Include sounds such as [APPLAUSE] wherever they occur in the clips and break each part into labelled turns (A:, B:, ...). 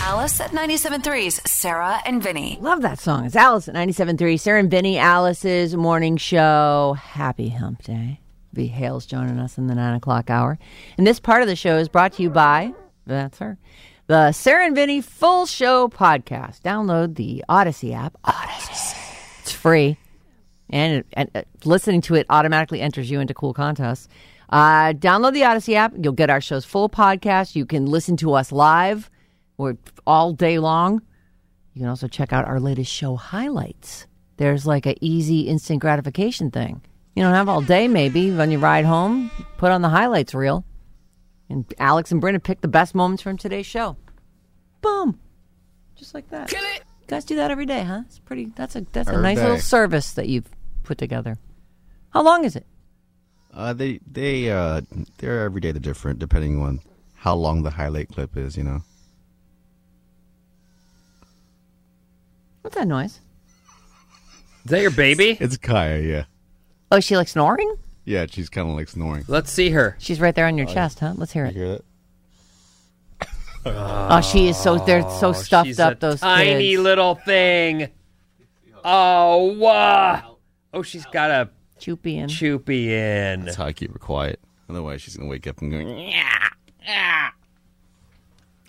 A: Alice at 97.3's Sarah and Vinny.
B: Love that song. It's Alice at 97.3, Sarah and Vinny, Alice's morning show. Happy hump day. V. Hale's joining us in the 9 o'clock hour. And this part of the show is brought to you by, that's her, the Sarah and Vinny Full Show Podcast. Download the Odyssey app. Odyssey. It's free. And, it, and uh, listening to it automatically enters you into cool contests. Uh, download the Odyssey app. You'll get our show's full podcast. You can listen to us live or all day long. You can also check out our latest show highlights. There's like a easy instant gratification thing. You don't have all day, maybe when you ride home, put on the highlights reel. And Alex and Brenda pick the best moments from today's show. Boom. Just like that. You guys do that every day, huh? It's pretty that's a that's a
C: Every
B: nice
C: day.
B: little service that you've put together. How long is it?
C: Uh, they they uh they're every day they're different depending on how long the highlight clip is. You know,
B: What's that noise?
D: Is that your baby?
C: it's Kaya. Yeah,
B: Oh, is she like snoring?
C: yeah. She's kind of like snoring.
D: Let's see her.
B: She's right there on your
C: Oh,
B: chest, huh? Let's hear
C: You
B: it.
C: hear that?
B: Oh, she is so they're so stuffed
D: Oh, She's
B: up
D: a
B: those
D: tiny
B: kids.
D: little thing. Oh, wow. Oh, she's got a
B: Choopy and
D: choopy in.
C: That's how I keep her quiet. Otherwise, she's gonna wake up and go.
B: I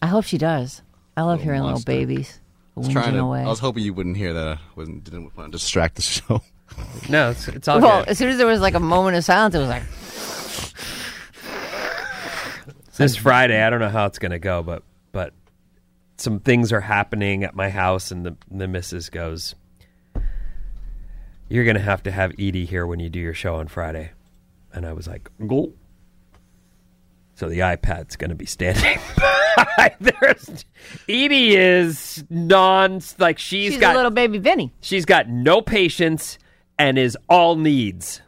B: hope she does. I love hearing
C: monster.
B: little babies whinging
C: Trying to,
B: away.
C: I was hoping you wouldn't hear that. I wasn't didn't want to distract the show.
D: No, it's, it's all
B: Well,
D: good.
B: as soon as there was like a moment of silence, it was like
D: This Friday, I don't know how it's going to go, but but some things are happening at my house, and the the missus goes, "You're going to have to have Edie here when you do your show on Friday," and I was like, "Go." So the iPad's going to be standing. [LAUGHS] by. There's Edie is non like
B: she's,
D: she's
B: a
D: got
B: little baby Vinny.
D: she's got no patience and is all needs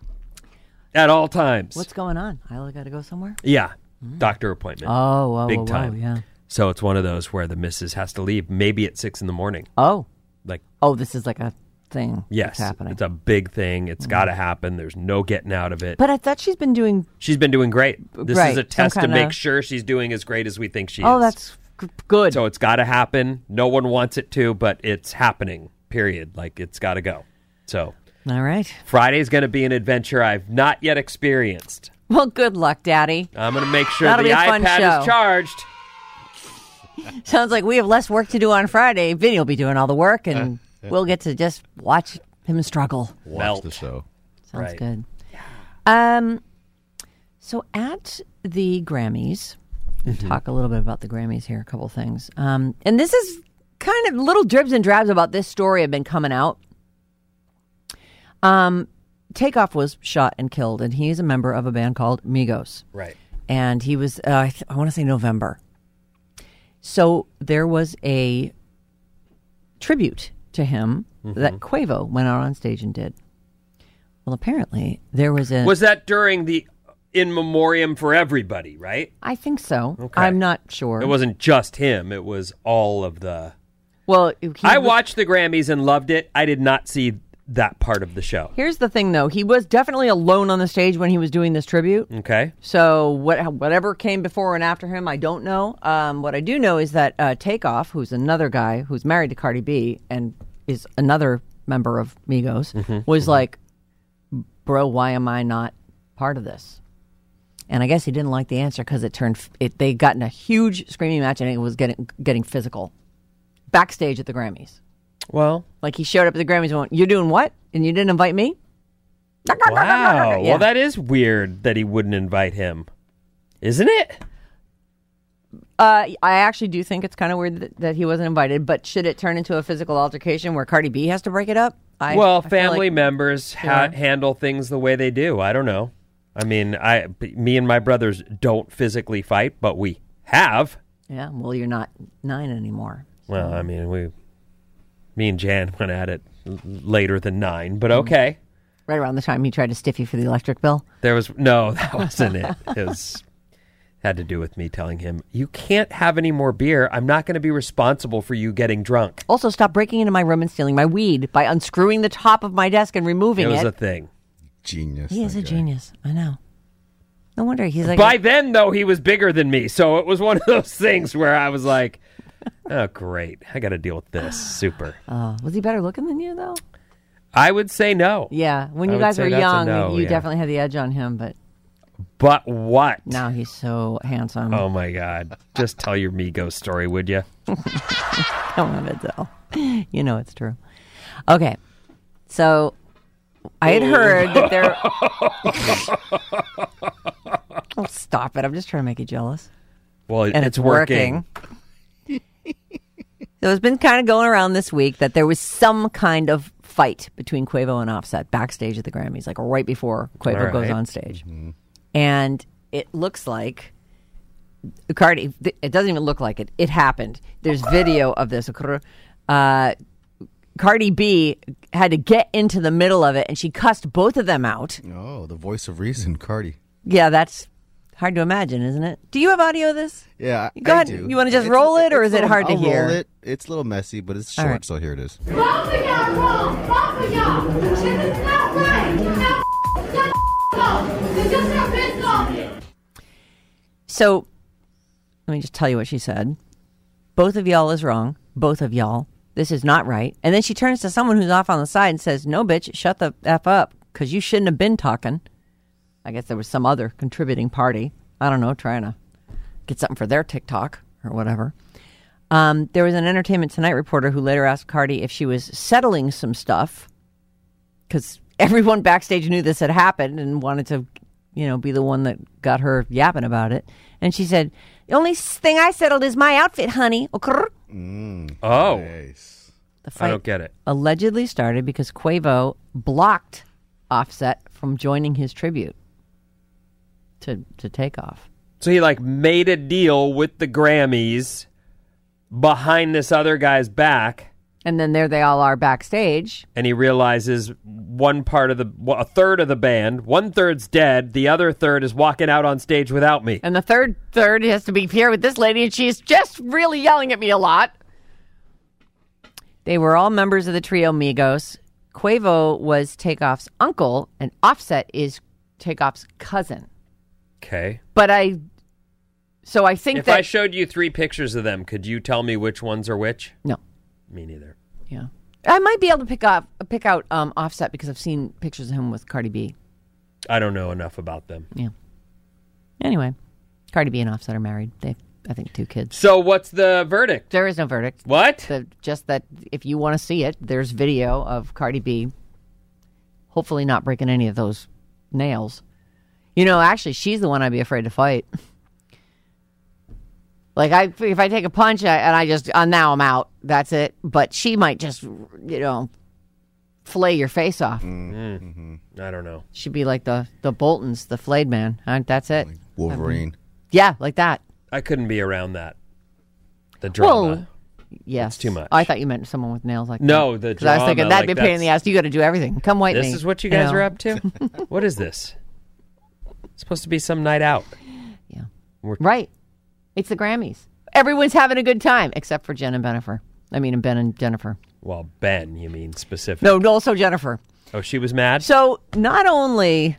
D: at all times.
B: What's going on? I got to go somewhere.
D: yeah, doctor appointment.
B: Oh, oh,
D: big
B: oh,
D: time.
B: Oh, yeah.
D: So it's one of those where the missus has to leave maybe at six in the morning.
B: Oh,
D: Like,
B: oh, this is like a thing.
D: yes,
B: that's happening. Mm-hmm.
D: it's a big thing. It's got to happen. There's no getting out of it.
B: but I thought she's been doing.
D: she's been doing great. This
B: Right,
D: is a
B: some
D: test to
B: kinda-
D: make sure she's doing as great as we think she
B: Oh,
D: is.
B: that's g- good.
D: so it's got to happen. No one wants it to, but it's happening. Period. Like it's got to go. So
B: All right.
D: Friday's going to be an adventure I've not yet experienced.
B: Well, good luck, Daddy.
D: I'm going to make sure
B: That'll
D: the
B: be a fun
D: iPad
B: show.
D: is charged.
B: Sounds like we have less work to do on Friday. Vinny will be doing all the work,
D: Uh,
B: and we'll get to just watch him struggle.
C: [LAUGHS] Watch
D: Melt.
C: the show.
B: Sounds
D: Right.
B: good. Um, so at the Grammys, we'll talk a little bit about the Grammys here. A couple things. Um, and this is kind of little dribs and drabs about this story have been coming out. Um, Takeoff was shot and killed, and he's a member of a band called Migos
D: Right.
B: and he was uh, I, th- I want to say November. So there was a tribute to him
D: Mm-hmm.
B: that Quavo went out on stage and did. Well, apparently there was a.
D: Was that during the in memoriam for everybody? Right.
B: I think so.
D: Okay.
B: I'm not sure.
D: It wasn't just him, it was all of the.
B: Well, he
D: I
B: was-
D: watched the Grammys and loved it. I did not see that part of the show.
B: Here's the thing, though. He was definitely alone on the stage when he was doing this tribute.
D: Okay.
B: So what, whatever came before and after him, I don't know. Um, what I do know is that uh, Takeoff, who's another guy who's married to Cardi B and is another member of Migos,
D: Mm-hmm.
B: was like, "Bro, why am I not part of this?" And I guess he didn't like the answer because it turned it. They got in a huge screaming match and it was getting getting physical. backstage at the Grammys.
D: Well,
B: Like he showed up at the Grammys and went, You're doing what? And you didn't invite me?
D: wow.
B: Yeah.
D: Well, that is weird that he wouldn't invite him, isn't it?
B: Uh, I actually do think it's kind of weird that, that he wasn't invited, but should it turn into a physical altercation where Cardi B has to break it up? I, I
D: well,
B: feel
D: family
B: like-
D: members ha- handle things the way they do. I don't know. I mean, I b- me and my brothers don't physically fight, but we have.
B: yeah, well, you're not nine anymore.
D: Well, I mean, we me and Jan [LAUGHS] went at it l- later than 9,
B: Mm-hmm.
D: but okay.
B: Right around the time he tried to stiff you for the electric bill.
D: There was no, [LAUGHS] that wasn't it. It was had to do with me telling him, "You can't have any more beer. I'm not going to be responsible for you getting drunk."
B: Also, stop breaking into my room and stealing my weed by unscrewing the top of my desk and removing
D: It was
B: it.
D: a thing.
C: Genius.
B: he is
C: that
B: a
C: guy.
B: genius. I know. No wonder he's like.
D: By then, though, he was bigger than me. So it was one of those [LAUGHS] things where I was like, oh, great. I got to deal with this. Super.
B: Oh, was he better looking than you though?
D: I would say no.
B: Yeah, when
D: I
B: you
D: would
B: guys
D: say
B: were
D: that's a
B: young,
D: no,
B: you
D: yeah.
B: definitely had the edge on him, but
D: But what?
B: now he's so handsome.
D: Oh, my God. Just tell your Migos story, would you?
B: [LAUGHS] Come on, Adele. You know it's true. Okay, so I had heard that there. [LAUGHS] oh, stop it! I'm just trying to make you jealous.
D: Well,
B: and it's, working. [LAUGHS] so it's been kind of going around this week that there was some kind of fight between Quavo and Offset backstage at the Grammys, like right before Quavo
D: All
B: goes
D: right.
B: on stage, and it looks like. Cardi, th- it doesn't even look like it. It happened. There's video of this. Uh, Cardi B had to get into the middle of it, and she cussed both of them out.
C: Oh, the voice of reason, Cardi.
B: Yeah, that's hard to imagine, isn't it? Do you have audio of this?
C: Yeah, I,
B: Go
C: I
B: ahead.
C: do.
B: You wanna just
C: It's-
B: roll it, or
C: it's
B: is it
C: little-
B: hard to
C: I'll
B: hear?
C: Roll it. It's a little messy, but it's
B: All
C: short,
B: right.
C: so here it is.
E: Both of y'all wrong. Both of y'all. This is not right. Now, shut the up. This is your business office.
B: So let me just tell you what she said. Both of y'all is wrong. Both of y'all. This is not right. And then she turns to someone who's off on the side and says, No, bitch, shut the F up because you shouldn't have been talking. I guess there was some other contributing party. I don't know, trying to get something for their TikTok or whatever. Um, there was an Entertainment Tonight reporter who later asked Cardi if she was settling some stuff because everyone backstage knew this had happened and wanted to, you know, be the one that got her yapping about it. And she said, "The only s- thing I settled is my outfit, honey." Okrr.
D: Oh,
C: Nice.
B: The fight
D: I don't get it.
B: allegedly started because Quavo blocked Offset from joining his tribute to to take off.
D: So he like made a deal with the Grammys behind this other guy's back.
B: And then there they all are backstage.
D: and he realizes one part of the well, a third of the band, one third's dead, the other third is walking out on stage without me.
B: And the third third has to be here with this lady, and she's just really yelling at me a lot. They were all members of the trio Migos. Quavo was Takeoff's uncle, and Offset is Takeoff's cousin.
D: Okay.
B: But I, so I think
D: If
B: that
D: I showed you three pictures of them, could you tell me which ones are which?
B: no,
D: Me neither.
B: yeah, I might be able to pick up pick out um, Offset because I've seen pictures of him with Cardi B.
D: I don't know enough about them.
B: Anyway, Cardi B and Offset are married. They, have, I think, two kids.
D: So what's the verdict?
B: There is no verdict.
D: What?
B: the, just that if you want to see it, there's video of Cardi B. Hopefully, not breaking any of those nails. You know, actually, she's the one I'd be afraid to fight. Like I, if I take a punch I, and I just uh, now I'm out. That's it. But she might just, you know, flay your face off.
D: Mm. I don't know.
B: She'd be like the the Boltons, the flayed man. Uh, That's it.
C: Wolverine.
B: Yeah, like that.
D: I couldn't be around that. The drama.
B: Well, Yes, Oh,
D: too much.
B: I thought you meant someone with nails like
D: No,
B: that.
D: the
B: 'Cause I was thinking
D: drama,
B: that'd
D: like,
B: be a pain in the
D: that's-
B: ass. You got to do everything. Come white
D: this
B: me,
D: is what you guys
B: know.
D: are up
B: [LAUGHS]
D: to? what is this? It's supposed to be some night out.
B: Yeah.
D: We're-
B: right. It's the Grammys. Everyone's having a good time except for Jen and Jennifer. I mean, Ben and Jennifer.
D: Well, Ben, you mean specific.
B: No, also Jennifer.
D: Oh, she was mad?
B: So not only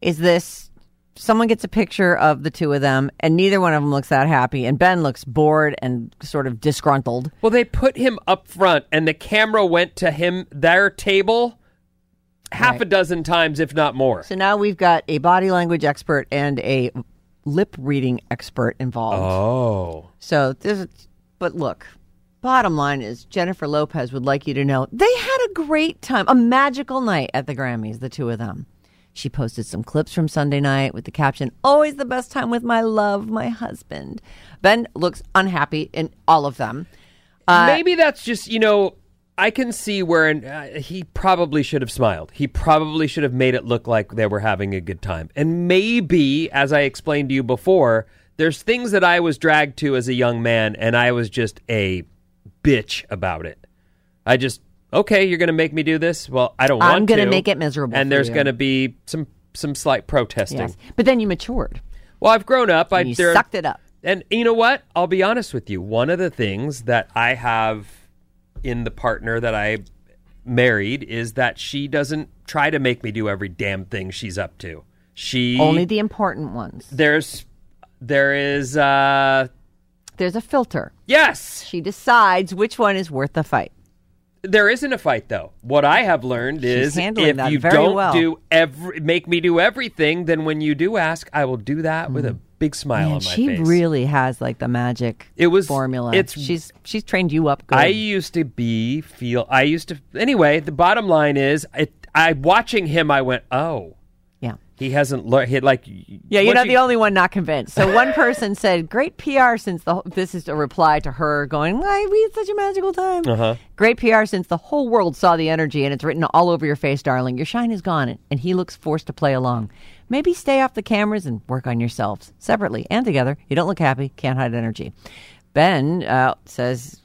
B: is this someone gets a picture of the two of them and neither one of them looks that happy and Ben looks bored and sort of disgruntled.
D: Well, they put him up front, and the camera went to him their table half a
B: Right.
D: dozen times, if not more.
B: So now we've got a body language expert and a lip reading expert involved.
D: Oh,
B: So this is- but look, Bottom line is Jennifer Lopez would like you to know they had a great time, a magical night at the Grammys, the two of them. She posted some clips from Sunday night with the caption, Always the best time with my love, my husband. Ben looks unhappy in all of them. Uh,
D: Maybe that's just you know I can see where and uh, he probably should have smiled. He probably should have made it look like they were having a good time. And maybe, as I explained to you before, there's things that I was dragged to as a young man, and I was just a bitch about it. I just okay, you're going to make me do this. Well, I don't want.
B: I'm gonna
D: to.
B: make it miserable
D: and
B: for
D: there's
B: you.
D: going to be some some slight protesting.
B: Yes. But then you matured.
D: Well, I've grown up. I
B: You
D: there-
B: sucked it up.
D: And you know what? I'll be honest with you. One of the things that I have in the partner that I married is that she doesn't try to make me do every damn thing she's up to. She
B: Only the important ones.
D: there's there is uh
B: There's a filter.
D: yes.
B: She decides which one is worth the fight.
D: There isn't a fight though. What I have learned is
B: handling
D: if
B: that
D: you
B: very
D: don't
B: well.
D: do every make me do everything, then when you do ask, I will do that with a big smile on
B: And
D: my
B: Mm. she
D: face.
B: really has like the magic
D: It was-
B: formula.
D: it's-
B: she's she's trained you up good.
D: I used to be feel I used to anyway. The bottom line is, I, I watching him, I went, oh,
B: yeah.
D: he hasn't learned. He like
B: Yeah, you're not the only one not convinced. So one person said, "Great PR since the whole, this is a reply to her going, "Why we had such a magical time." Uh-huh. Great PR since the whole world saw the energy and it's written all over your face, darling. Your shine is gone, and, and he looks forced to play along. Maybe stay off the cameras and work on yourselves separately and together. You don't look happy. Can't hide energy. Ben uh, says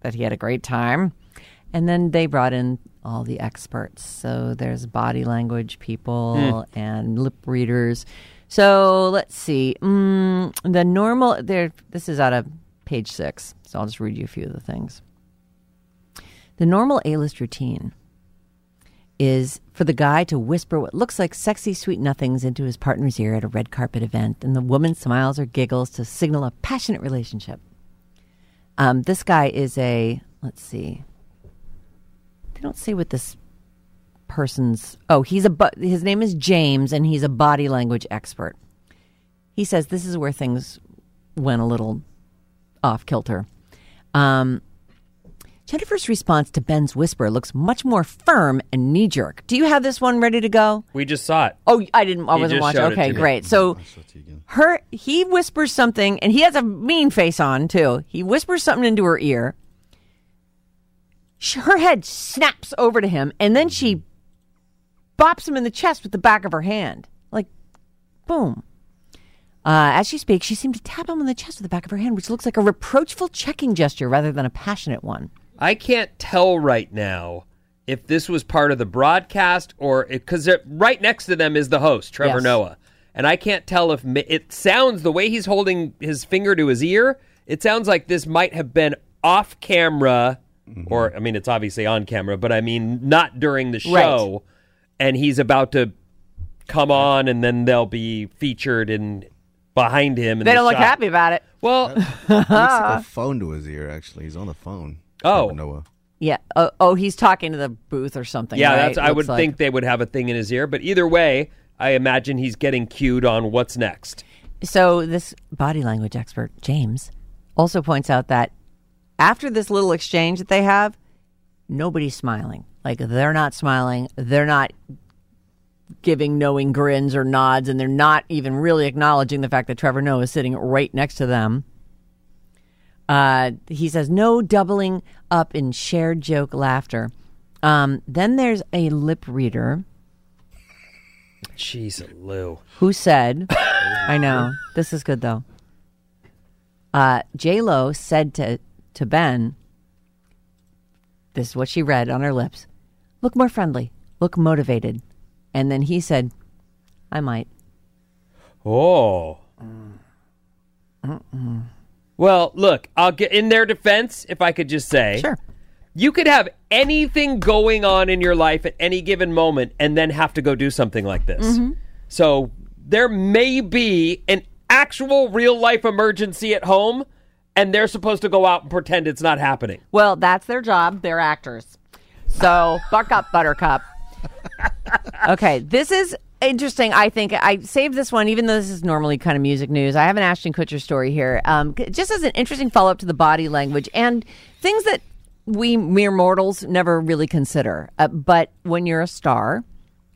B: that he had a great time. And then they brought in all the experts. So there's body language people and lip readers. So let's see. Mm, the normal there. This is out of page six. So I'll just read you a few of the things. The normal A-list routine is for the guy to whisper what looks like sexy sweet nothings into his partner's ear at a red carpet event, and the woman smiles or giggles to signal a passionate relationship. Um, this guy is a let's see. They don't say what this person's. Oh, he's a. bo- His name is James, and he's a body language expert. He says this is where things went a little off kilter. Um, Jennifer's response to Ben's whisper looks much more firm and knee jerk. Do you have this one ready to go?
D: We just saw it.
B: Oh, I didn't. I
D: You
B: wasn't
D: just
B: watching.
D: showed it
B: Okay,
D: to me.
B: great. So her, he whispers something, and he has a mean face on too. He whispers something into her ear. Sh- Her head snaps over to him, and then she bops him in the chest with the back of her hand, like boom. Uh, as she speaks, she seemed to tap him on the chest with the back of her hand, which looks like a reproachful checking gesture rather than a passionate one.
D: I can't tell right now if this was part of the broadcast or because right next to them is the host, Trevor
B: Yes.
D: Noah, and I can't tell if mi- it sounds the way he's holding his finger to his ear. It sounds like this might have been off camera, or I mean, it's obviously on camera, but I mean not during the
B: Right.
D: show, and he's about to come on, and then they'll be featured in behind him. In
B: They
D: the
B: don't look
D: shot.
B: happy about it.
D: Well,
C: Looks
B: Ah.
C: like a phone to his ear. Actually, he's on the phone.
D: Oh.
C: Trevor Noah.
B: Yeah. Oh, oh, he's talking to the booth or something.
D: Yeah,
B: right?
D: that's. I
B: Looks
D: would
B: like.
D: think they would have a thing in his ear, but either way, I imagine he's getting cued on what's next.
B: So, this body language expert, James, also points out that after this little exchange that they have, nobody's smiling. Like, they're not smiling. They're not giving knowing grins or nods, and they're not even really acknowledging the fact that Trevor Noah is sitting right next to them. Uh, he says, no doubling up in shared joke laughter. Um, then there's a lip reader
D: Jeez, Lou.
B: who said, I know, this is good though. Uh, J Lo said to, to Ben, this is what she read on her lips look more friendly, look motivated. And then he said, I might.
D: Oh. Well, look. I'll get in their defense if I could just say,
B: Sure.
D: you could have anything going on in your life at any given moment, and then have to go do something like this.
B: Mm-hmm.
D: So there may be an actual real life emergency at home, and they're supposed to go out and pretend it's not happening.
B: Well, that's their job. They're actors. So buck up, Buttercup. okay, this is interesting. I think I saved this one, even though this is normally kind of music news. I have an Ashton Kutcher story here, um, c- just as an interesting follow up to the body language and things that we mere mortals never really consider. Uh, but when you're a star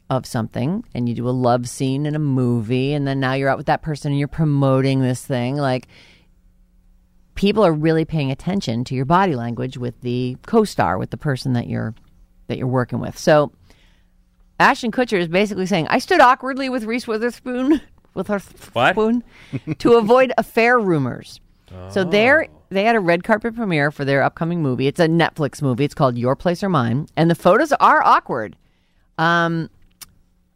B: of something and you do a love scene in a movie, and then now you're out with that person and you're promoting this thing, like people are really paying attention to your body language with the co-star, with the person that you're that you're working with. So Ashton Kutcher is basically saying, "I stood awkwardly with Reese Witherspoon with her
D: What?
B: spoon to avoid [LAUGHS] affair rumors." So there, they had a red carpet premiere for their upcoming movie. It's a Netflix movie. It's called Your Place or Mine, and the photos are awkward. Um,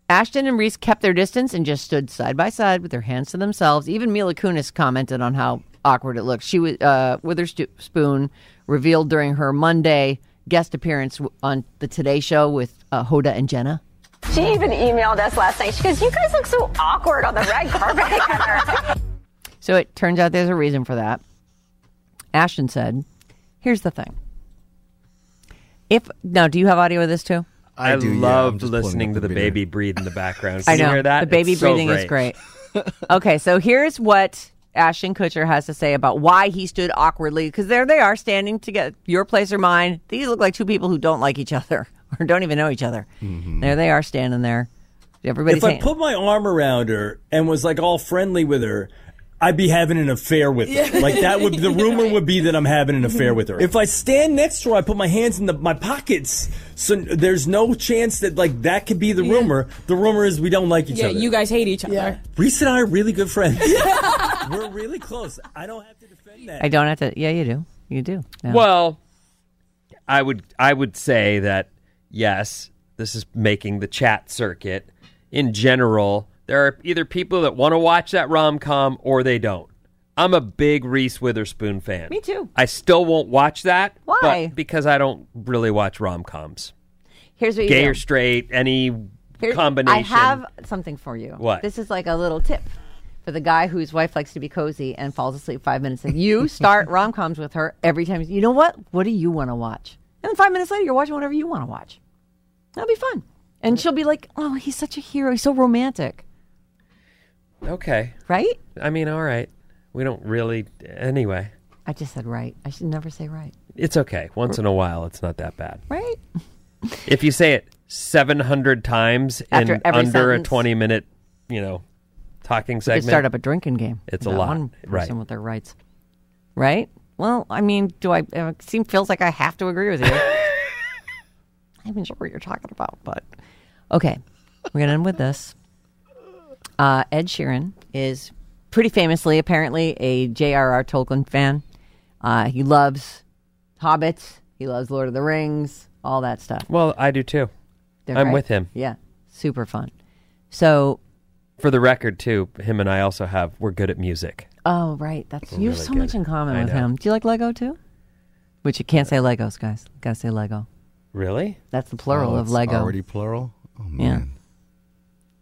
B: Ashton and Reese kept their distance and just stood side by side with their hands to themselves. Even Mila Kunis commented on how awkward it looked. She was uh, Witherspoon revealed during her Monday guest appearance w- on the Today Show with uh, Hoda and Jenna.
F: She even emailed us last night. She goes, You guys look so awkward on the red carpet together.
B: So it turns out there's a reason for that. Ashton said, "Here's the thing. If now, do you have audio of this too?
D: I,
C: do, yeah, I'm
D: loved
C: just pulling
D: listening
C: up
D: to the
C: video.
D: baby breathe in the
B: [LAUGHS]
D: background.
B: I
D: Can
B: know
D: you hear that?
B: the baby
D: It's so
B: breathing is great.
D: [LAUGHS]
B: okay, so here's what Ashton Kutcher has to say about why he stood awkwardly because there they are standing together. Your place or mine. These look like two people who don't like each other [LAUGHS] or don't even know each other.
D: Mm-hmm.
B: There they are standing there. Everybody's
G: if I
B: saying,
G: put my arm around her and was like all friendly with her, I'd be having an affair with her. Like that would the rumor would be that I'm having an affair with her. If I stand next to her, I put my hands in the, my pockets, so there's no chance that like that could be the rumor. The rumor is we don't like each other.
F: guys hate each other.
G: Reese and I are really good friends. We're really close. I don't have to defend that.
B: "I don't have to." Yeah, you do. You do. Yeah.
D: Well, I would I would say that yes, this is making the chat circuit. In general, there are either people that want to watch that rom com or they don't. I'm a big Reese Witherspoon fan.
B: Me too.
D: I still won't watch that. but
B: Why?
D: because I don't really watch rom coms.
B: here's what you
D: Gay
B: do.
D: or straight, any
B: Here-
D: combination.
B: I have something for you.
D: What?
B: This is like a little tip for the guy whose wife likes to be cozy and falls asleep five minutes
D: [LAUGHS]
B: in. You start rom coms with her every time. You know what? What do you want to watch? And then five minutes later, you're watching whatever you want to watch. That'll be fun. And she'll be like, oh, he's such a hero. He's so romantic.
D: Okay.
B: Right?
D: I mean, all right. We don't really. Anyway,
B: I just said right. I should never say right.
D: it's okay. Once in a while, it's not that bad.
B: Right?
D: If you say it 700 times
B: After
D: in
B: every
D: under
B: sentence.
D: a 20 minute, you know, talking
B: You
D: segment.
B: start up a drinking game.
D: It's a
B: Not
D: lot.
B: One person
D: Right.
B: with their rights. Right? Well, I mean, do I? uh, It seem feels like I have to
D: [LAUGHS]
B: agree with you. I'm not sure what you're talking about, but okay, we're gonna end with this. Uh, Ed Sheeran is pretty famously, apparently, a J.R.R. Tolkien fan. Uh, he loves Hobbits. He loves Lord of the Rings. All that stuff.
D: well, I do too.
B: They're
D: I'm
B: great.
D: with him.
B: Yeah, super fun. So
D: For the record, too, him and I also have, we're good at music.
B: Oh, right. That's you
D: really
B: have so
D: good.
B: much in common
D: I
B: with
D: know. Uh,
B: him. Do you like Lego too? Which you can't say Legos, guys. Gotta say Lego.
D: Really?
B: That's the plural
C: Oh,
B: of
C: it's
B: Lego.
C: Already plural. Oh man.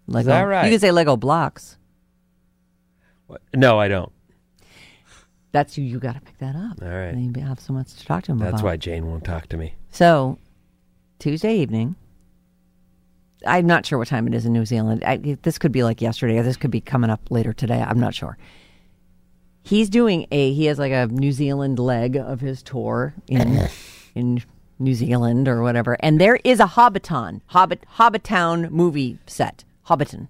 B: Lego.
D: that right?
B: You can say Lego blocks.
D: What? No, I don't.
B: That's you. You got to pick that up.
D: All right.
B: And you have so much to talk to him
D: That's
B: about.
D: why Jane won't talk to me.
B: So, Tuesday evening. I'm not sure what time it is in New Zealand. I, this could be like yesterday, or this could be coming up later today. I'm not sure. He's doing a. He has like a New Zealand leg of his tour
D: [LAUGHS]
B: in in New Zealand or whatever, and there is a Hobbiton, Hobbit Hobbitown movie set. Hobbiton.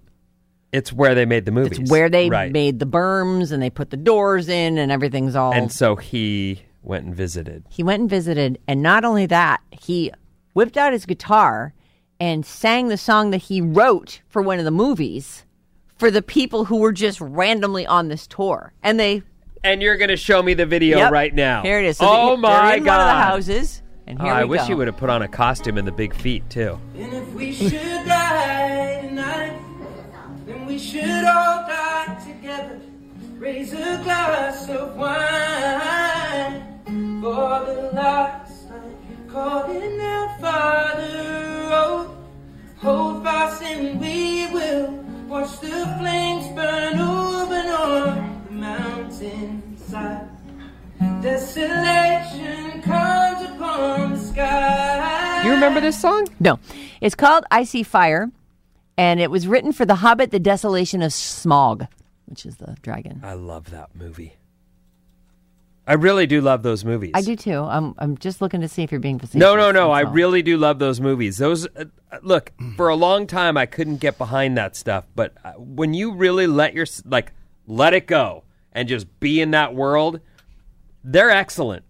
D: It's where they made the movies.
B: It's where they
D: Right.
B: made the berms and they put the doors in, and everything's all.
D: And so he went and visited.
B: He went and visited, and not only that, he whipped out his guitar and sang the song that he wrote for one of the movies for the people who were just randomly on this tour. And they
D: And you're going to show me the video
B: Yep.
D: right now.
B: Here it is. So
D: oh,
B: they- they're
D: my
B: in
D: God. Oh,
B: One of the houses, and here
D: I
B: we
D: wish
B: go.
D: you would have put on a costume in the big feet, too.
F: And if we should die tonight, then we should all die together. Raise a glass of wine for the last time. Calling out, Father, oh, hold fast and we will watch the flames burn over and on the mountainside. Desolation comes upon the sky.
D: You remember this song?
B: No, it's called "I See Fire," and it was written for The Hobbit: The Desolation of Smog, which is the dragon.
D: I love that movie. I really do love those movies.
B: I do too. I'm I'm just looking to see if you're being facetious.
D: No, no, no. I
B: that's all.
D: really do love those movies. Those uh, uh, look
B: Mm.
D: for a long time I couldn't get behind that stuff, but uh, when you really let your like let it go and just be in that world, they're excellent.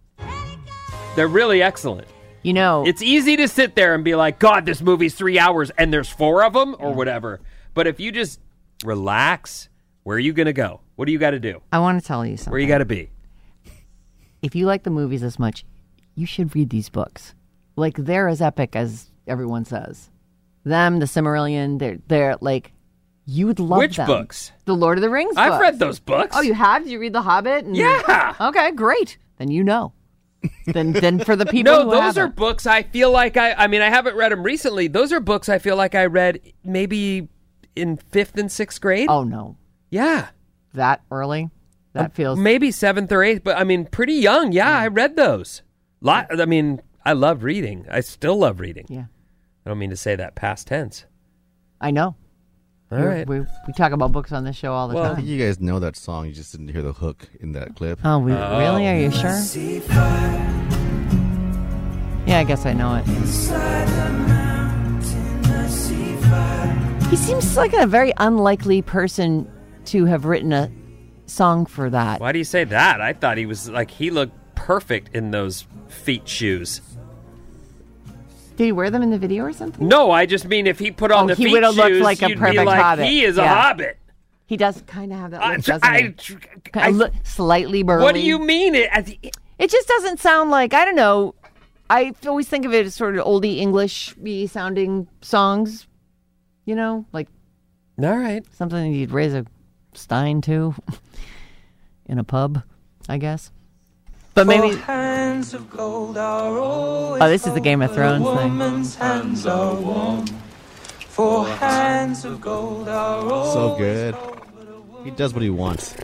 D: They're really excellent.
B: You know,
D: it's easy to sit there and be like, "God, this movie's three hours and there's four of them or whatever." But if you just relax, where are you gonna go? What do you got to do?
B: I want to tell you something.
D: Where you got to be?
B: if you like the movies this much, you should read these books. Like they're as epic as everyone says. Them, the Cimmerillion, they're they're like you would love
D: Which
B: them.
D: books?
B: The Lord of the Rings.
D: I've
B: books.
D: read those books.
B: Oh, you have? Did you read The Hobbit? And-
D: Yeah.
B: Okay, great. Then you
D: [LAUGHS]
B: know. then then for the people
D: No,
B: who
D: those are
B: haven't.
D: books I feel like I. I mean, I haven't read them recently. Those are books I feel like I read maybe in fifth and sixth grade.
B: Oh no,
D: yeah,
B: that early. That feels
D: maybe seventh or eighth. But I mean, pretty young. Yeah, I read those. Lot. I mean, I love reading. I still love reading.
B: Yeah.
D: I don't mean to say that past tense.
B: I know.
D: All
B: we
D: right.
B: we, we talk about books on this show all the
C: Well,
B: time.
C: you guys know that song. You just didn't hear the hook in that clip.
B: Oh, we, really? Are you
D: uh,
B: sure? Yeah, I guess I know it. He seems like a very unlikely person to have written a song for that.
D: Why do you say that? I thought he was like he looked perfect in those feet shoes.
B: Did he wear them in the video or something?
D: No, I just mean if he put on
B: Oh,
D: the
B: he
D: feet
B: would've
D: shoes,
B: looked like a
D: you'd be
B: perfect
D: like,
B: hobbit.
D: He is a
B: Yeah.
D: hobbit.
B: He does kind of have that
D: I-
B: look, doesn't
D: I-
B: he? Kinda look slightly burly.
D: What do you mean? It at the,
B: It just doesn't sound like I don't know. I always think of it as sort of oldie English sounding songs, you know, like
D: all right,
B: something you'd raise a stein to [LAUGHS] in a pub, I guess. But maybe
F: hands of gold are always
B: oh, this is the Game of Thrones thing.
F: woman's hands are warm. For hands of gold are
D: Oh,
F: always
C: So good. He does what he wants.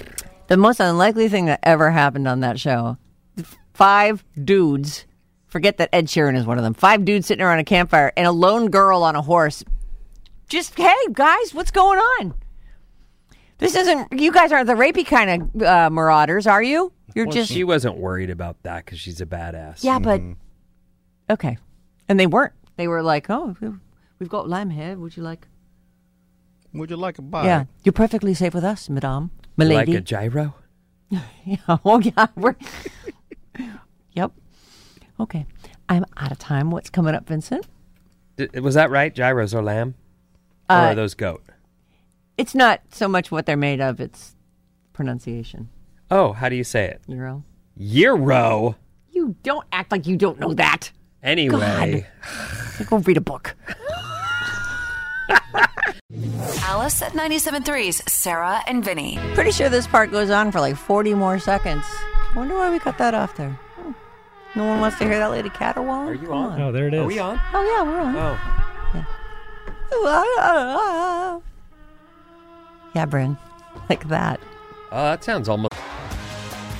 B: The most unlikely thing that ever happened on that show: five dudes. Forget that Ed Sheeran is one of them. Five dudes sitting around a campfire and a lone girl on a horse. Just hey guys, what's going on? This isn't. You guys aren't the rapey kind of uh, marauders, are you? You're
D: Well,
B: just
D: she wasn't worried about that because she's a badass.
B: Yeah, but okay. And they weren't. They were like, "Oh, we- we've got lamb here. Would you like?"
C: Would you like a bite?
B: Yeah, you're perfectly safe with us, Madame,
D: You
B: Milady.
D: like a gyro.
B: yeah. [LAUGHS] Oh yeah. We're. yep. Okay. I'm out of time. What's coming up, Vincent?
D: D- was that right? Gyros or lamb? or
B: Uh,
D: are those goat?
B: It's not so much what they're made of; it's pronunciation.
D: Oh, how do you say it?
B: Euro.
D: Euro.
B: You don't act like you don't know that.
D: Anyway,
B: Go read a book.
A: Alice at 97.3's Sarah and Vinny.
B: Pretty sure this part goes on for like 40 more seconds. Wonder why we cut that off there. Hmm. No one wants to hear that lady caterwaul. Are you on?
H: Oh, there it is.
D: are we on?
B: Oh yeah, we're on.
D: Oh,
B: Oh. [LAUGHS] Yeah, Bryn. Like that.
D: oh that sounds almost.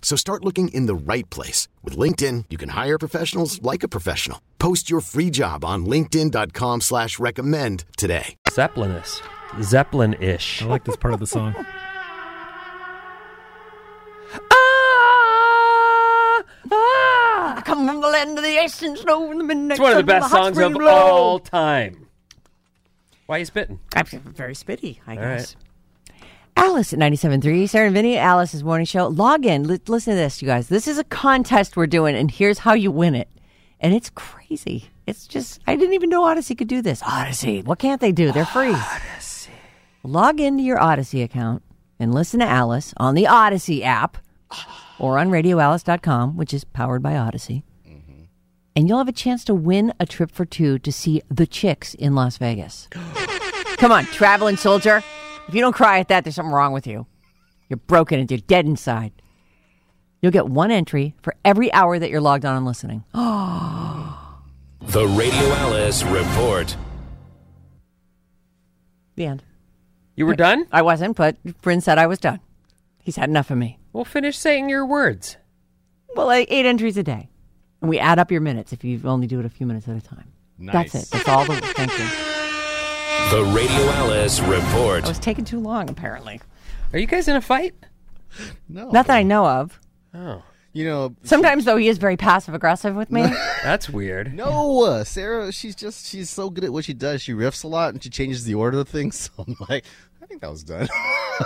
I: So start looking in the right place. With LinkedIn, you can hire professionals like a professional. Post your free job on linkedin.com/recommend slash recommend today.
D: Zeppelinus. Zeppelin ish. I
H: like this part of the song.
D: Ah!
B: Ah, I come from the land of the ice and snow and the midnight
D: Ah! It's one of the
B: sun and
D: best
B: hot
D: songs
B: spring
D: of
B: blow.
D: all time. Why are you spitting?
B: I'm very spitty, I
D: All
B: guess. Alice at 97.3, Sarah and Vinny, Alice's morning show. Log in. L- listen to this, you guys. This is a contest we're doing, and here's how you win it. And it's crazy. It's just, I didn't even know Odyssey could do this. Odyssey. What can't they do? They're free. Odyssey. Log into your Odyssey account and listen to Alice on the Odyssey app or on radioalice.com, which is powered by Odyssey. And you'll have a chance to win a trip for two to see the chicks in Las Vegas. Come on, traveling soldier. If you don't cry at that, there's something wrong with you. You're broken and you're dead inside. You'll get one entry for every hour that you're logged on and listening. Oh,
J: The Radio Alice Report.
B: The end.
D: You were done?
B: I wasn't, but Bryn said I was done. He's had enough of me.
D: Well, finish saying your words.
B: Well, like eight entries a day. And we add up your minutes if you only do it a few minutes at a time. That's
J: Nice.
B: it. That's all the thank you.
J: The Radio Alice Report.
B: I was taking too long, apparently.
D: Are you guys in a fight?
C: No.
B: Not that I know of.
D: Oh.
C: You know,
B: Sometimes, though, he is very passive aggressive with me.
D: That's weird.
C: No, uh, Sarah, she's just she's so good at what she does. She riffs a lot and she changes the order of things. [LAUGHS] So I'm like, I think that was done. [LAUGHS]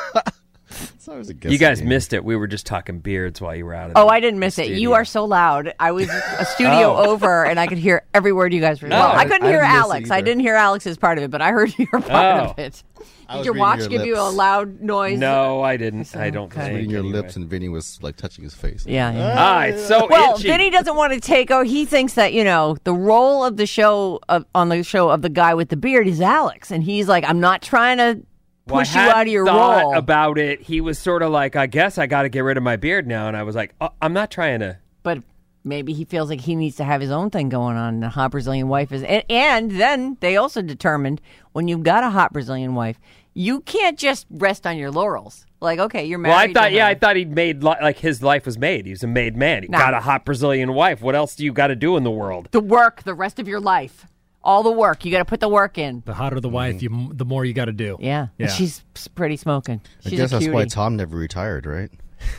C: so I was a guess.
D: you guys missed it. We were just talking beards while you were out of
B: Oh,
D: the
B: I didn't miss it. You
D: studio.
B: are so loud. I was a studio
D: [LAUGHS] Oh.
B: over, and I could hear every word you guys were.
D: No,
B: well, I
D: I-
B: couldn't
D: I
B: hear
D: didn't miss it
B: Alex. I
D: either.
B: didn't hear Alex's part of it, but I heard [LAUGHS] your part of
D: Oh.
B: it.
D: I
B: Did
D: was
B: your
D: reading
B: watch
D: your
B: give you a
D: lips.
B: loud noise?
D: No, I didn't. I don't
C: I was
D: think.
C: reading your
D: anyway.
C: lips, and Vinny was like touching his face.
B: Yeah, yeah.
D: Ah, it's so
B: [LAUGHS] well,
D: itchy.
B: Vinny doesn't want to take. Oh, he thinks that you know the role of the show of, on the show of the guy with the beard is Alex, and he's like, I'm not trying to
D: Well, I
B: push you
D: had
B: out of your
D: thought
B: role.
D: about it. He was sort of like, I guess I got to get rid of my beard now, and I was like, oh, I'm not trying to.
B: but maybe he feels like he needs to have his own thing going on. And a hot Brazilian wife is, and, and then they also determined when you've got a hot Brazilian wife, you can't just rest on your laurels. Like, okay, you're married.
D: Well, I
B: to
D: thought, yeah,
B: her.
D: I thought he'd made li- like his life was made. He was a made man. He
B: No.
D: got a hot Brazilian wife. What else do you got to do in the world?
B: the work, the rest of your life, all the work. You got to put the work in.
H: The hotter the
C: Mm.
H: wife, you m- the more you got to do.
B: Yeah.
H: yeah.
B: she's s- pretty smoking.
C: I
B: She's
C: guess
B: a
C: that's
B: cutie.
C: why Tom never retired, right? [LAUGHS]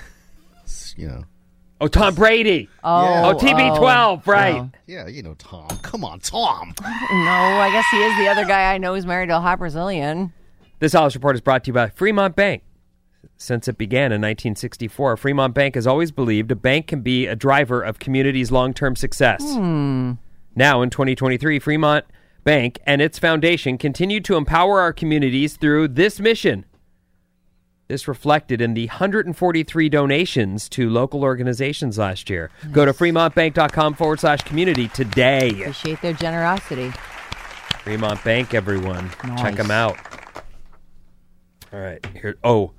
C: It's, you know.
D: Oh, Tom Brady.
B: Oh,
D: oh TB12,
B: oh,
D: right?
B: oh.
C: Yeah, you know Tom. Come on, Tom.
B: No, I guess he is the other guy I know who's married to a hot Brazilian.
D: This Alice Report is brought to you by Fremont Bank. Since it began in 1964, Fremont Bank has always believed a bank can be a driver of community's long term success.
B: Hmm.
D: Now, in 2023, Fremont Bank and its foundation continue to empower our communities through this mission. This reflected in the 143 donations to local organizations last year. Go to fremontbank.com forward slash community today.
B: Appreciate their generosity.
D: Fremont Bank, everyone. Check
B: Nice.
D: them out. All right. Here. Oh,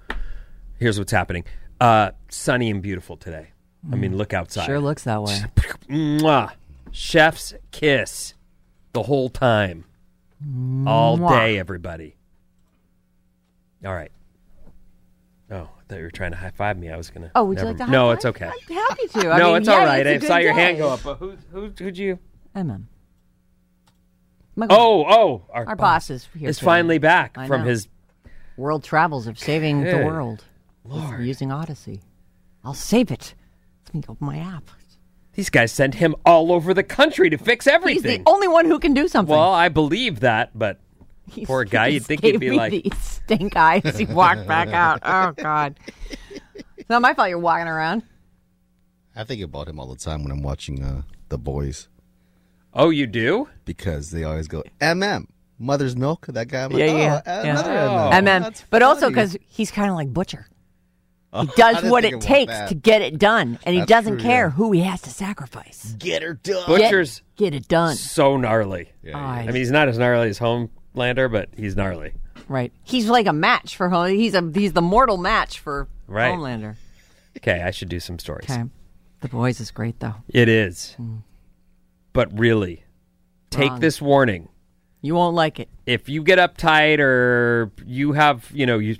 D: here's what's happening. Uh, sunny and beautiful today. I mean, look outside.
B: Mm. Sure looks that way.
D: [LAUGHS] Mwah. Chef's kiss the whole time. All
B: Mwah.
D: day, everybody. All right. Oh, I thought you were trying to high five me. I was gonna.
B: Oh, would you
D: never
B: like to
D: mind. No,
B: high
D: it's okay.
B: I'm happy to. I
D: no,
B: mean,
D: it's
B: yeah,
D: all right.
B: it's a
D: I saw
B: good
D: your hand
B: day.
D: go up. But who, who, who'd you?
B: MM.
D: Oh, oh, our,
B: Our boss is here
D: Is
B: today.
D: finally back
B: I
D: from
B: know.
D: his.
B: World travels of saving the
D: Good
B: world. with Using Odyssey. I'll save it. Let me open my app.
D: These guys sent him all over the country to fix
B: He's
D: everything.
B: the only one who can do something.
D: well, I believe that, but
B: He's- [LAUGHS]
D: poor guy,
B: he
D: you'd think
B: gave
D: he'd be
B: me
D: like,
B: these stink eyes. as He walked back out. Oh
D: [LAUGHS]
B: God! It's not my fault you're walking around.
C: I think about him all the time when I'm watching uh, The Boys
D: "Oh, you do?
C: because they always go MM Mother's Milk. That guy. I'm like,
B: yeah,
C: oh,
B: yeah,
C: uh,
B: yeah.
C: Another
D: Oh.
C: MM.
B: MM.
C: That's
B: but also
C: funny.
B: because he's kind of like Butcher.
D: Oh,
B: He
C: I
B: does
C: didn't
B: what
C: think
B: it
C: about
B: takes
C: that.
B: to get it done, and he
D: That's
B: doesn't
D: true,
B: care
D: yeah.
B: who he has to sacrifice.
C: Get her done.
D: Butcher's
B: Get, get it done.
D: so gnarly.
B: yeah.
D: I mean, he's not as gnarly as Homelander, but he's gnarly.
B: Right. He's like a match for Home. He's a he's the mortal match for
D: Right.
B: Homelander.
D: Okay, I should do some stories.
B: Okay. The boys is great though.
D: It is. But really, take
B: Wrong.
D: this warning.
B: You won't like it.
D: If you get uptight or you have, you know, you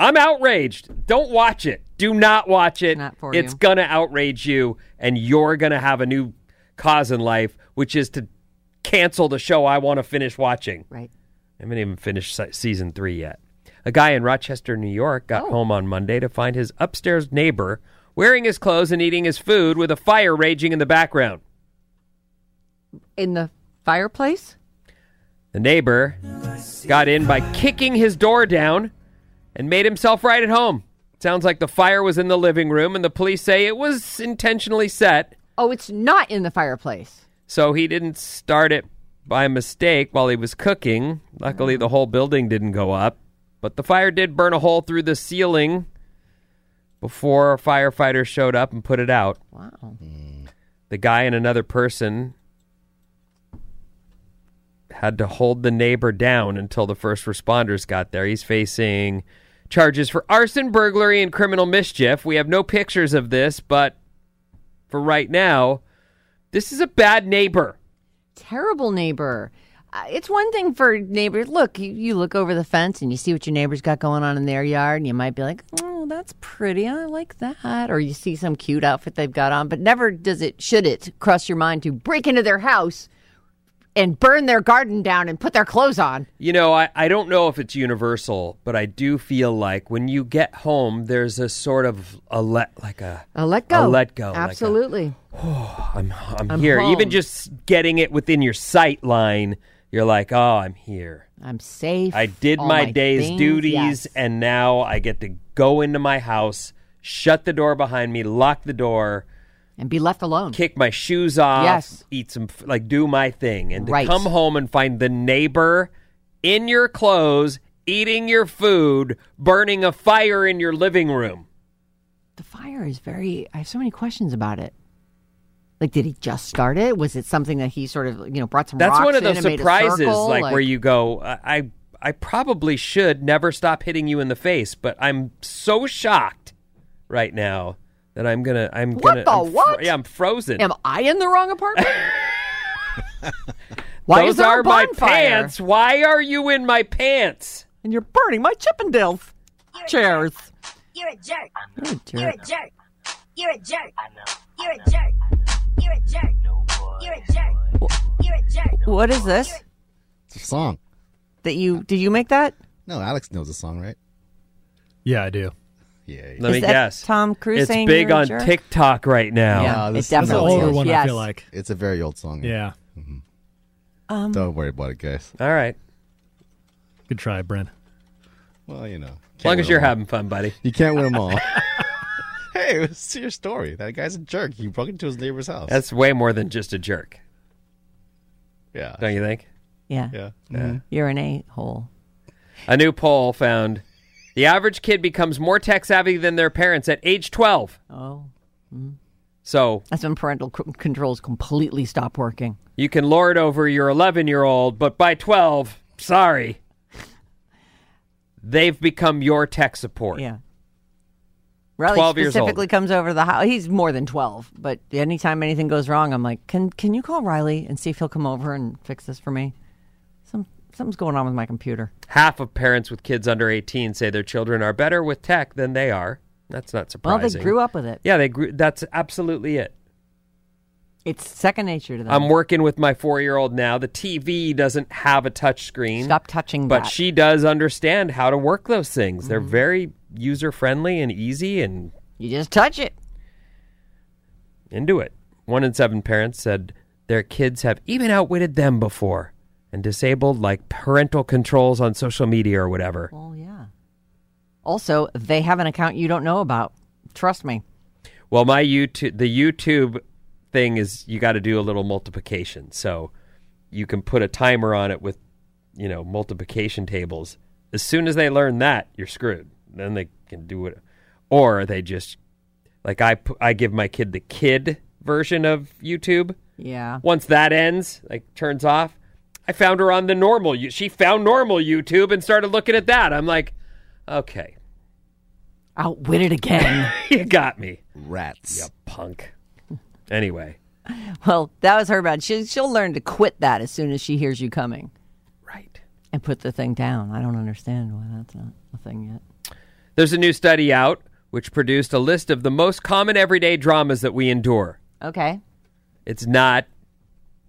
D: I'm outraged. Don't watch it. Do not watch it.
B: for
D: it's
B: you.
D: gonna outrage you, and you're gonna have a new cause in life, which is to cancel the show I want to finish watching.
B: Right.
D: I haven't even finished se- season three yet. A guy in Rochester, New York, got
B: Oh.
D: home on Monday to find his upstairs neighbor wearing his clothes and eating his food with a fire raging in the background.
B: In the fireplace?
D: The neighbor got in by kicking his door down and made himself right at home. Sounds like the fire was in the living room, and the police say it was intentionally set,
B: Oh, it's not in the fireplace.
D: so he didn't start it by mistake while he was cooking. Luckily, the whole building didn't go up, but the fire did burn a hole through the ceiling before firefighters showed up and put it out.
B: Wow.
D: The guy and another person had to hold the neighbor down until the first responders got there. He's facing charges for arson, burglary, and criminal mischief. We have no pictures of this, but for right now, this is a bad neighbor.
B: Terrible neighbor. Uh, It's one thing for neighbors. Look, you, you look over the fence and you see what your neighbor's got going on in their yard, and you might be like, oh, that's pretty. I like that. Or you see some cute outfit they've got on, but never does it, should it, cross your mind to break into their house and burn their garden down and put their clothes on.
D: You know, I, I don't know if it's universal, but I do feel like when you get home, there's a sort of a let, like a,
B: A let
D: a
B: go.
D: let go, like a-
B: Absolutely.
D: I'm I'm,
B: I'm
D: here.
B: home.
D: Even just getting it within your sight line, you're like, oh, I'm here.
B: I'm safe.
D: I did
B: All
D: my,
B: my
D: day's
B: things,
D: duties,
B: yes.
D: and now I get to go into my house, shut the door behind me, lock the door,
B: and be left alone.
D: Kick my shoes off.
B: Yes.
D: Eat some, f- like, do my thing, and to
B: Right.
D: come home and find the neighbor in your clothes, eating your food, burning a fire in your living room.
B: The fire is very. I have so many questions about it. Like, did he just start it? Was it something that he sort of, you know, brought some?
D: That's
B: rocks
D: one of
B: in
D: those
B: and made a
D: surprises,
B: circle?
D: like, where you go, I, I, I probably should never stop hitting you in the face, but I'm so shocked right now that I'm gonna, I'm gonna,
B: the
D: I'm fro-
B: what?
D: yeah, I'm frozen.
B: Am I in the wrong
D: [LAUGHS]
B: apartment? Why
D: Those
B: is there a
D: are my
B: bonfire?
D: pants. Why are you in my pants?
B: And you're burning my Chippendales chairs.
K: You're a jerk.
B: You're a
K: You're a
B: jerk.
K: jerk. You're a jerk. You're a jerk. You're a jerk. You're a jerk. You're a jerk.
B: What is this
C: It's a song.
B: that you did? You make that?
C: No, Alex knows the song, right?
H: Yeah, I do.
C: Yeah.
D: Let
B: Is
D: me
B: that
D: guess.
B: Tom Cruise
D: It's
B: saying
D: big
B: you're a
D: on
B: jerk?
D: TikTok right now.
B: Yeah,
C: No,
B: it
C: this-
B: definitely
C: this is
B: is.
C: old.
B: yes.
C: It's a very old song. Mm-hmm.
H: Yeah.
B: Um,
C: Don't worry about it, guys.
D: All right.
H: Good try, Brent.
C: Well, you know.
D: As long
C: can't
D: as
C: win
D: you're
C: them all.
D: having fun, buddy.
C: You can't win them all.
B: [LAUGHS]
C: [LAUGHS] hey, it's your story. That guy's a jerk. He broke into his neighbor's house.
D: That's way more than just a jerk.
C: Yeah.
D: Don't you think?
B: Yeah.
C: Yeah.
D: Mhm.
B: You're an a hole.
D: A new poll found the average kid becomes more tech savvy than their parents at age 12.
B: Oh.
D: So
B: That's when parental c- controls completely stop working.
D: you can lord over your 11 year old, but by 12, sorry, they've become your tech support.
B: Yeah. Riley
D: 12 years old.
B: specifically comes over to the house. He's more than 12, but anytime anything goes wrong, I'm like, "Can can you call Riley and see if he'll come over and fix this for me?" Some something's going on with my computer.
D: Half of parents with kids under 18 say their children are better with tech than they are. That's not
B: Well,
D: surprising.
B: they grew up with it.
D: Yeah, they grew. That's absolutely it.
B: It's second nature to them.
D: I'm working with my four year old now. The TV doesn't have a touch screen.
B: Stop touching
D: But
B: that. Mm-hmm.
D: she does understand how to work those things. They're very user friendly and easy and
B: you just touch it.
D: into it. One in seven parents said their kids have even outwitted them before and disabled like parental controls on social media or whatever.
B: Well, yeah. Also, they have an account you don't know about. Trust me.
D: Well, my YouTube, the YouTube thing is you got to do a little multiplication. So you can put a timer on it with, you know, multiplication tables. As soon as they learn that, you're screwed. Then they can do it, or they just like I pu- I give my kid the kid version of YouTube.
B: Yeah.
D: Once that ends, like turns off, I found her on the normal. you- She found normal YouTube and started looking at that. I'm like, okay, [LAUGHS]
B: Outwitted again.
D: you got me,
C: rats.
D: You punk. Anyway.
B: well, that was her bad. She, she'll learn to quit that as soon as she hears you coming.
D: Right.
B: And put the thing down. I don't understand why that's not a thing yet.
D: There's a new study out which produced a list of the most common everyday dramas that we endure.
B: Okay.
D: It's not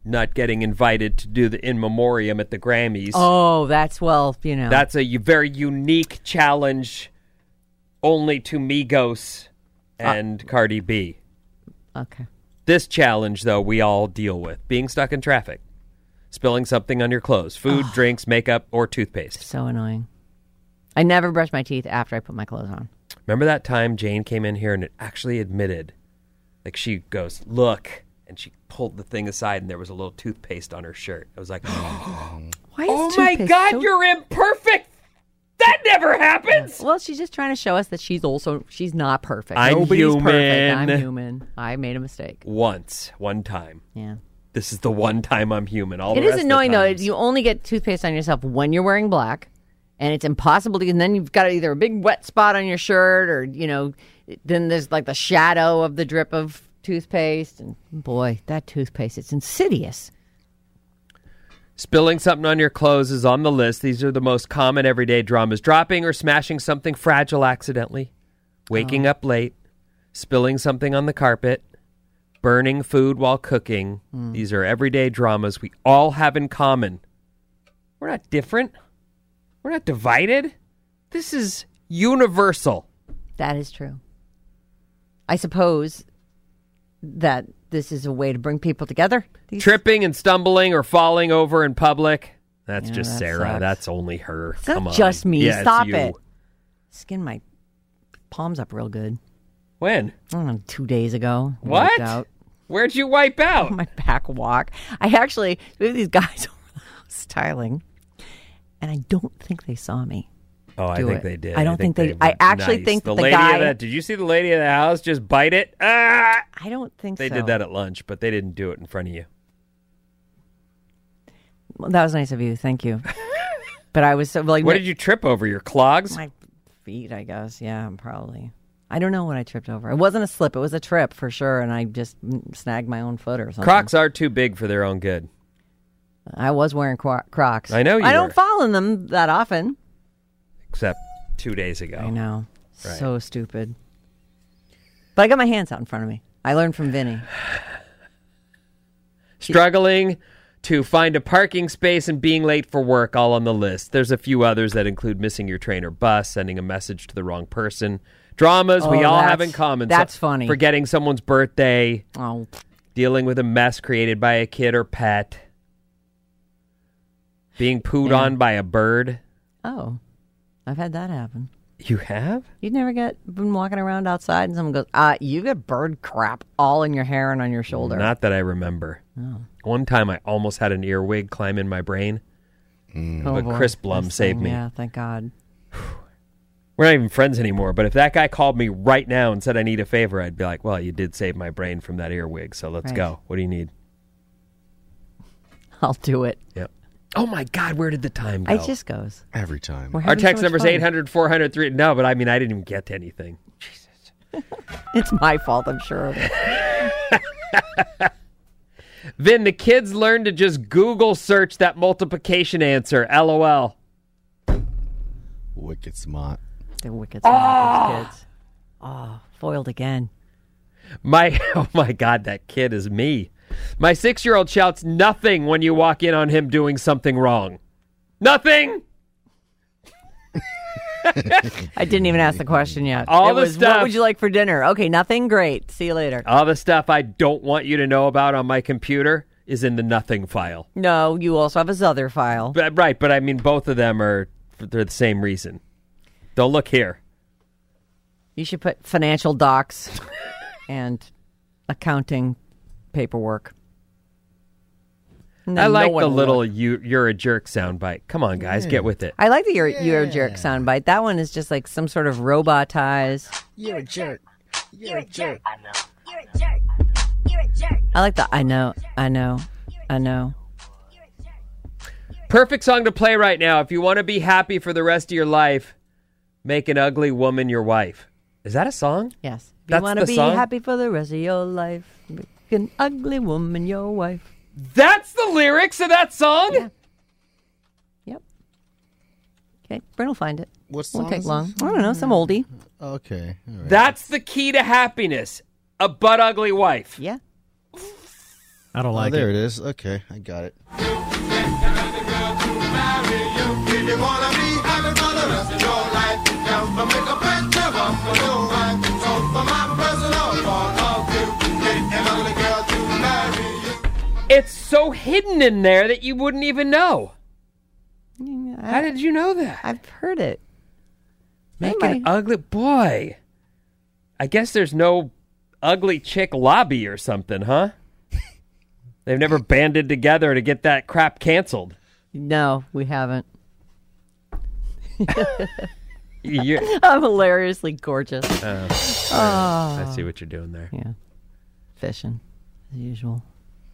D: not getting invited to do the in memoriam at the Grammys.
B: Oh, that's well, you know.
D: That's a u- very unique challenge only to Migos and Cardi B.
B: Okay.
D: This challenge, though, we all deal with being stuck in traffic, spilling something on your clothes, food, drinks, makeup, or toothpaste.
B: So annoying. I never brush my teeth after I put my clothes on.
D: Remember that time Jane came in here and it actually admitted, like she goes, "Look," and she pulled the thing aside and there was a little toothpaste on her shirt. I
B: [GASPS]
D: was like,
B: Why is
D: "Oh my
B: toothpaste
D: God,
B: so-
D: you're imperfect." That never happens.
B: Well, she's just trying to show us that she's also she's not perfect.
D: I'm
B: Nobody's perfect. I'm
D: human.
B: human. I made
D: [LAUGHS]
B: a mistake.
D: Once, one time.
B: Yeah.
D: This is the one time I'm human. All
B: It
D: the
B: is
D: rest
B: annoying
D: of the
B: though.
D: time.
B: You only get toothpaste on yourself when you're wearing black, and it's impossible to. And then you've got either a big wet spot on your shirt, or you know, then there's like the shadow of the drip of toothpaste. And boy, that toothpaste it's insidious.
D: Spilling something on your clothes is on the list. These are the most common everyday dramas. Dropping or smashing something fragile accidentally, waking
B: Oh.
D: up late, spilling something on the carpet, burning food while cooking.
B: Hmm.
L: Mm.
D: These are everyday dramas we all have in common. We're not different. We're not divided. This is universal.
B: That is true. I suppose that this is a way to bring people together. These-
D: Tripping and stumbling or falling over in public. That's
B: Yeah,
D: just
B: that
D: Sarah.
B: sucks.
D: That's only her.
B: It's
D: Come
B: not
D: on.
B: just me.
D: Yeah, it's
B: Stop
D: you.
B: it. Skin my palms up real good.
D: When?
B: I don't know, two days ago. I
D: What?
B: wiped out.
D: Where'd you wipe
B: [LAUGHS]
D: out?
B: Oh My back walk. I actually we have these guys [LAUGHS] over the house styling, and I don't think they saw me.
D: Oh, I
B: do
D: think
B: it.
D: they did.
B: I don't think, they.
D: were
B: I actually
D: nice.
B: think
D: the
B: that the
D: lady
B: guy.
D: of that. Did you see the lady of the house just bite it? Ah!
B: I don't think
D: they
B: so.
D: did that at lunch, but they didn't do it in front of you.
B: Well, that was nice of you.
D: [LAUGHS]
B: Thank you. but I was so like.
D: what did you trip over? Your clogs?
B: My feet, I guess. Yeah, probably. I don't know what I tripped over. It wasn't a slip. It was a trip for sure, and I just mm, snagged my own foot or something.
D: Uh-huh. Crocs are too big for their own good.
B: I was wearing cro- Crocs.
D: I know you
B: I
D: were.
B: don't fall in them that often.
D: Except two days ago. I
B: know.
D: Oh. Right.
B: So stupid. But I got my hands out in front of me. I learned
D: [SIGHS]
B: from Vinny.
D: Struggling to find a parking space and being late for work, all on the list. There's a few others that include missing your train or bus, sending a message to the wrong person, dramas we
B: Oh,
D: all have
B: that's-
D: in common.
B: that's funny.
D: Forgetting someone's birthday.
B: Oh.
D: Dealing with a mess created by a kid or pet. Being pooed
B: Yeah.
D: on by a bird.
B: Oh, I've had that happen.
D: You have?
B: You'd never get been walking around outside and someone goes, "Uh, you got bird crap all in your hair and on your shoulder."
D: Not that I remember.
B: Oh.
D: One time I almost had an earwig climb in my brain.
B: Oh,
D: but
B: boy.
D: Chris Blum
B: This
D: saved
B: thing,
D: me.
B: Yeah, thank God.
D: We're not even friends anymore, but if that guy called me right now and said I need a favor, I'd be like, well, you did save my brain from that earwig, so let's
B: Right.
D: go. What do you need?
B: I'll do it.
D: Yep. Oh my God, where did the time go?
B: It just goes.
C: Every time.
B: We're
D: Our
B: having so
D: text
B: much
D: number is
B: fun.
D: 800 400 3 No, but I mean, I didn't even get to anything.
B: It's my fault, I'm sure. of [LAUGHS] it.
D: Vin, the kids learn to just Google search that multiplication answer. LOL.
C: Wicked smart.
B: They're wicked smart,
D: Ah.
B: these kids. Oh, foiled again.
D: My [LAUGHS] oh my god, that kid is me. My six year old shouts nothing when you walk in on him doing something wrong. Nothing.
B: I didn't even ask the question yet.
D: All
B: it
D: the
B: was,
D: stuff- Uh.
B: What would you like for dinner? Okay, nothing. Great. See you later.
D: All the stuff I don't want you to know about on my computer is in the nothing file.
B: No, you also have his other file.
D: But, right, but I mean both of them are they're the same reason. Don't look here.
B: You should put financial docs and accounting paperwork. And
D: I
B: then no
D: like
B: one
D: the
B: will
D: little
B: look.
D: you you're a jerk soundbite. Come on guys, get with it.
B: I like the you're, you're a jerk soundbite. That one is just like some sort of robotized.
C: You're a jerk. You're a jerk. I know.
K: You're a jerk. You're a jerk.
B: I like the I know, I know, I know.
D: Perfect song to play right now if you want to be happy for the rest of your life. Make an ugly woman your wife. Is that a song?
B: Yes. If
D: That's
B: you want
D: the
B: to be
D: song?
B: happy for the rest of your life, make an ugly woman your wife.
D: That's the lyrics of that song?
B: Yep. Okay, Brent will find it.
C: What
B: Won't
C: song
B: take
C: is
B: long.
C: this?
B: I don't know, some oldie.
C: Okay.
D: That's the key to happiness. A butt ugly wife.
B: Yeah.
H: I don't
C: like Oh, there it is. Okay, I got it.
D: It's so hidden in there that you wouldn't even know. How did you know that?
B: I've heard it.
D: Make an ugly boy. I guess there's no ugly chick lobby or something, huh? They've never banded together to get that crap canceled.
B: No, we haven't.
D: You're-
B: [LAUGHS] I'm hilariously gorgeous.
D: Oh,
B: Oh.
D: I see what you're doing there.
B: Yeah. Fishing, as usual.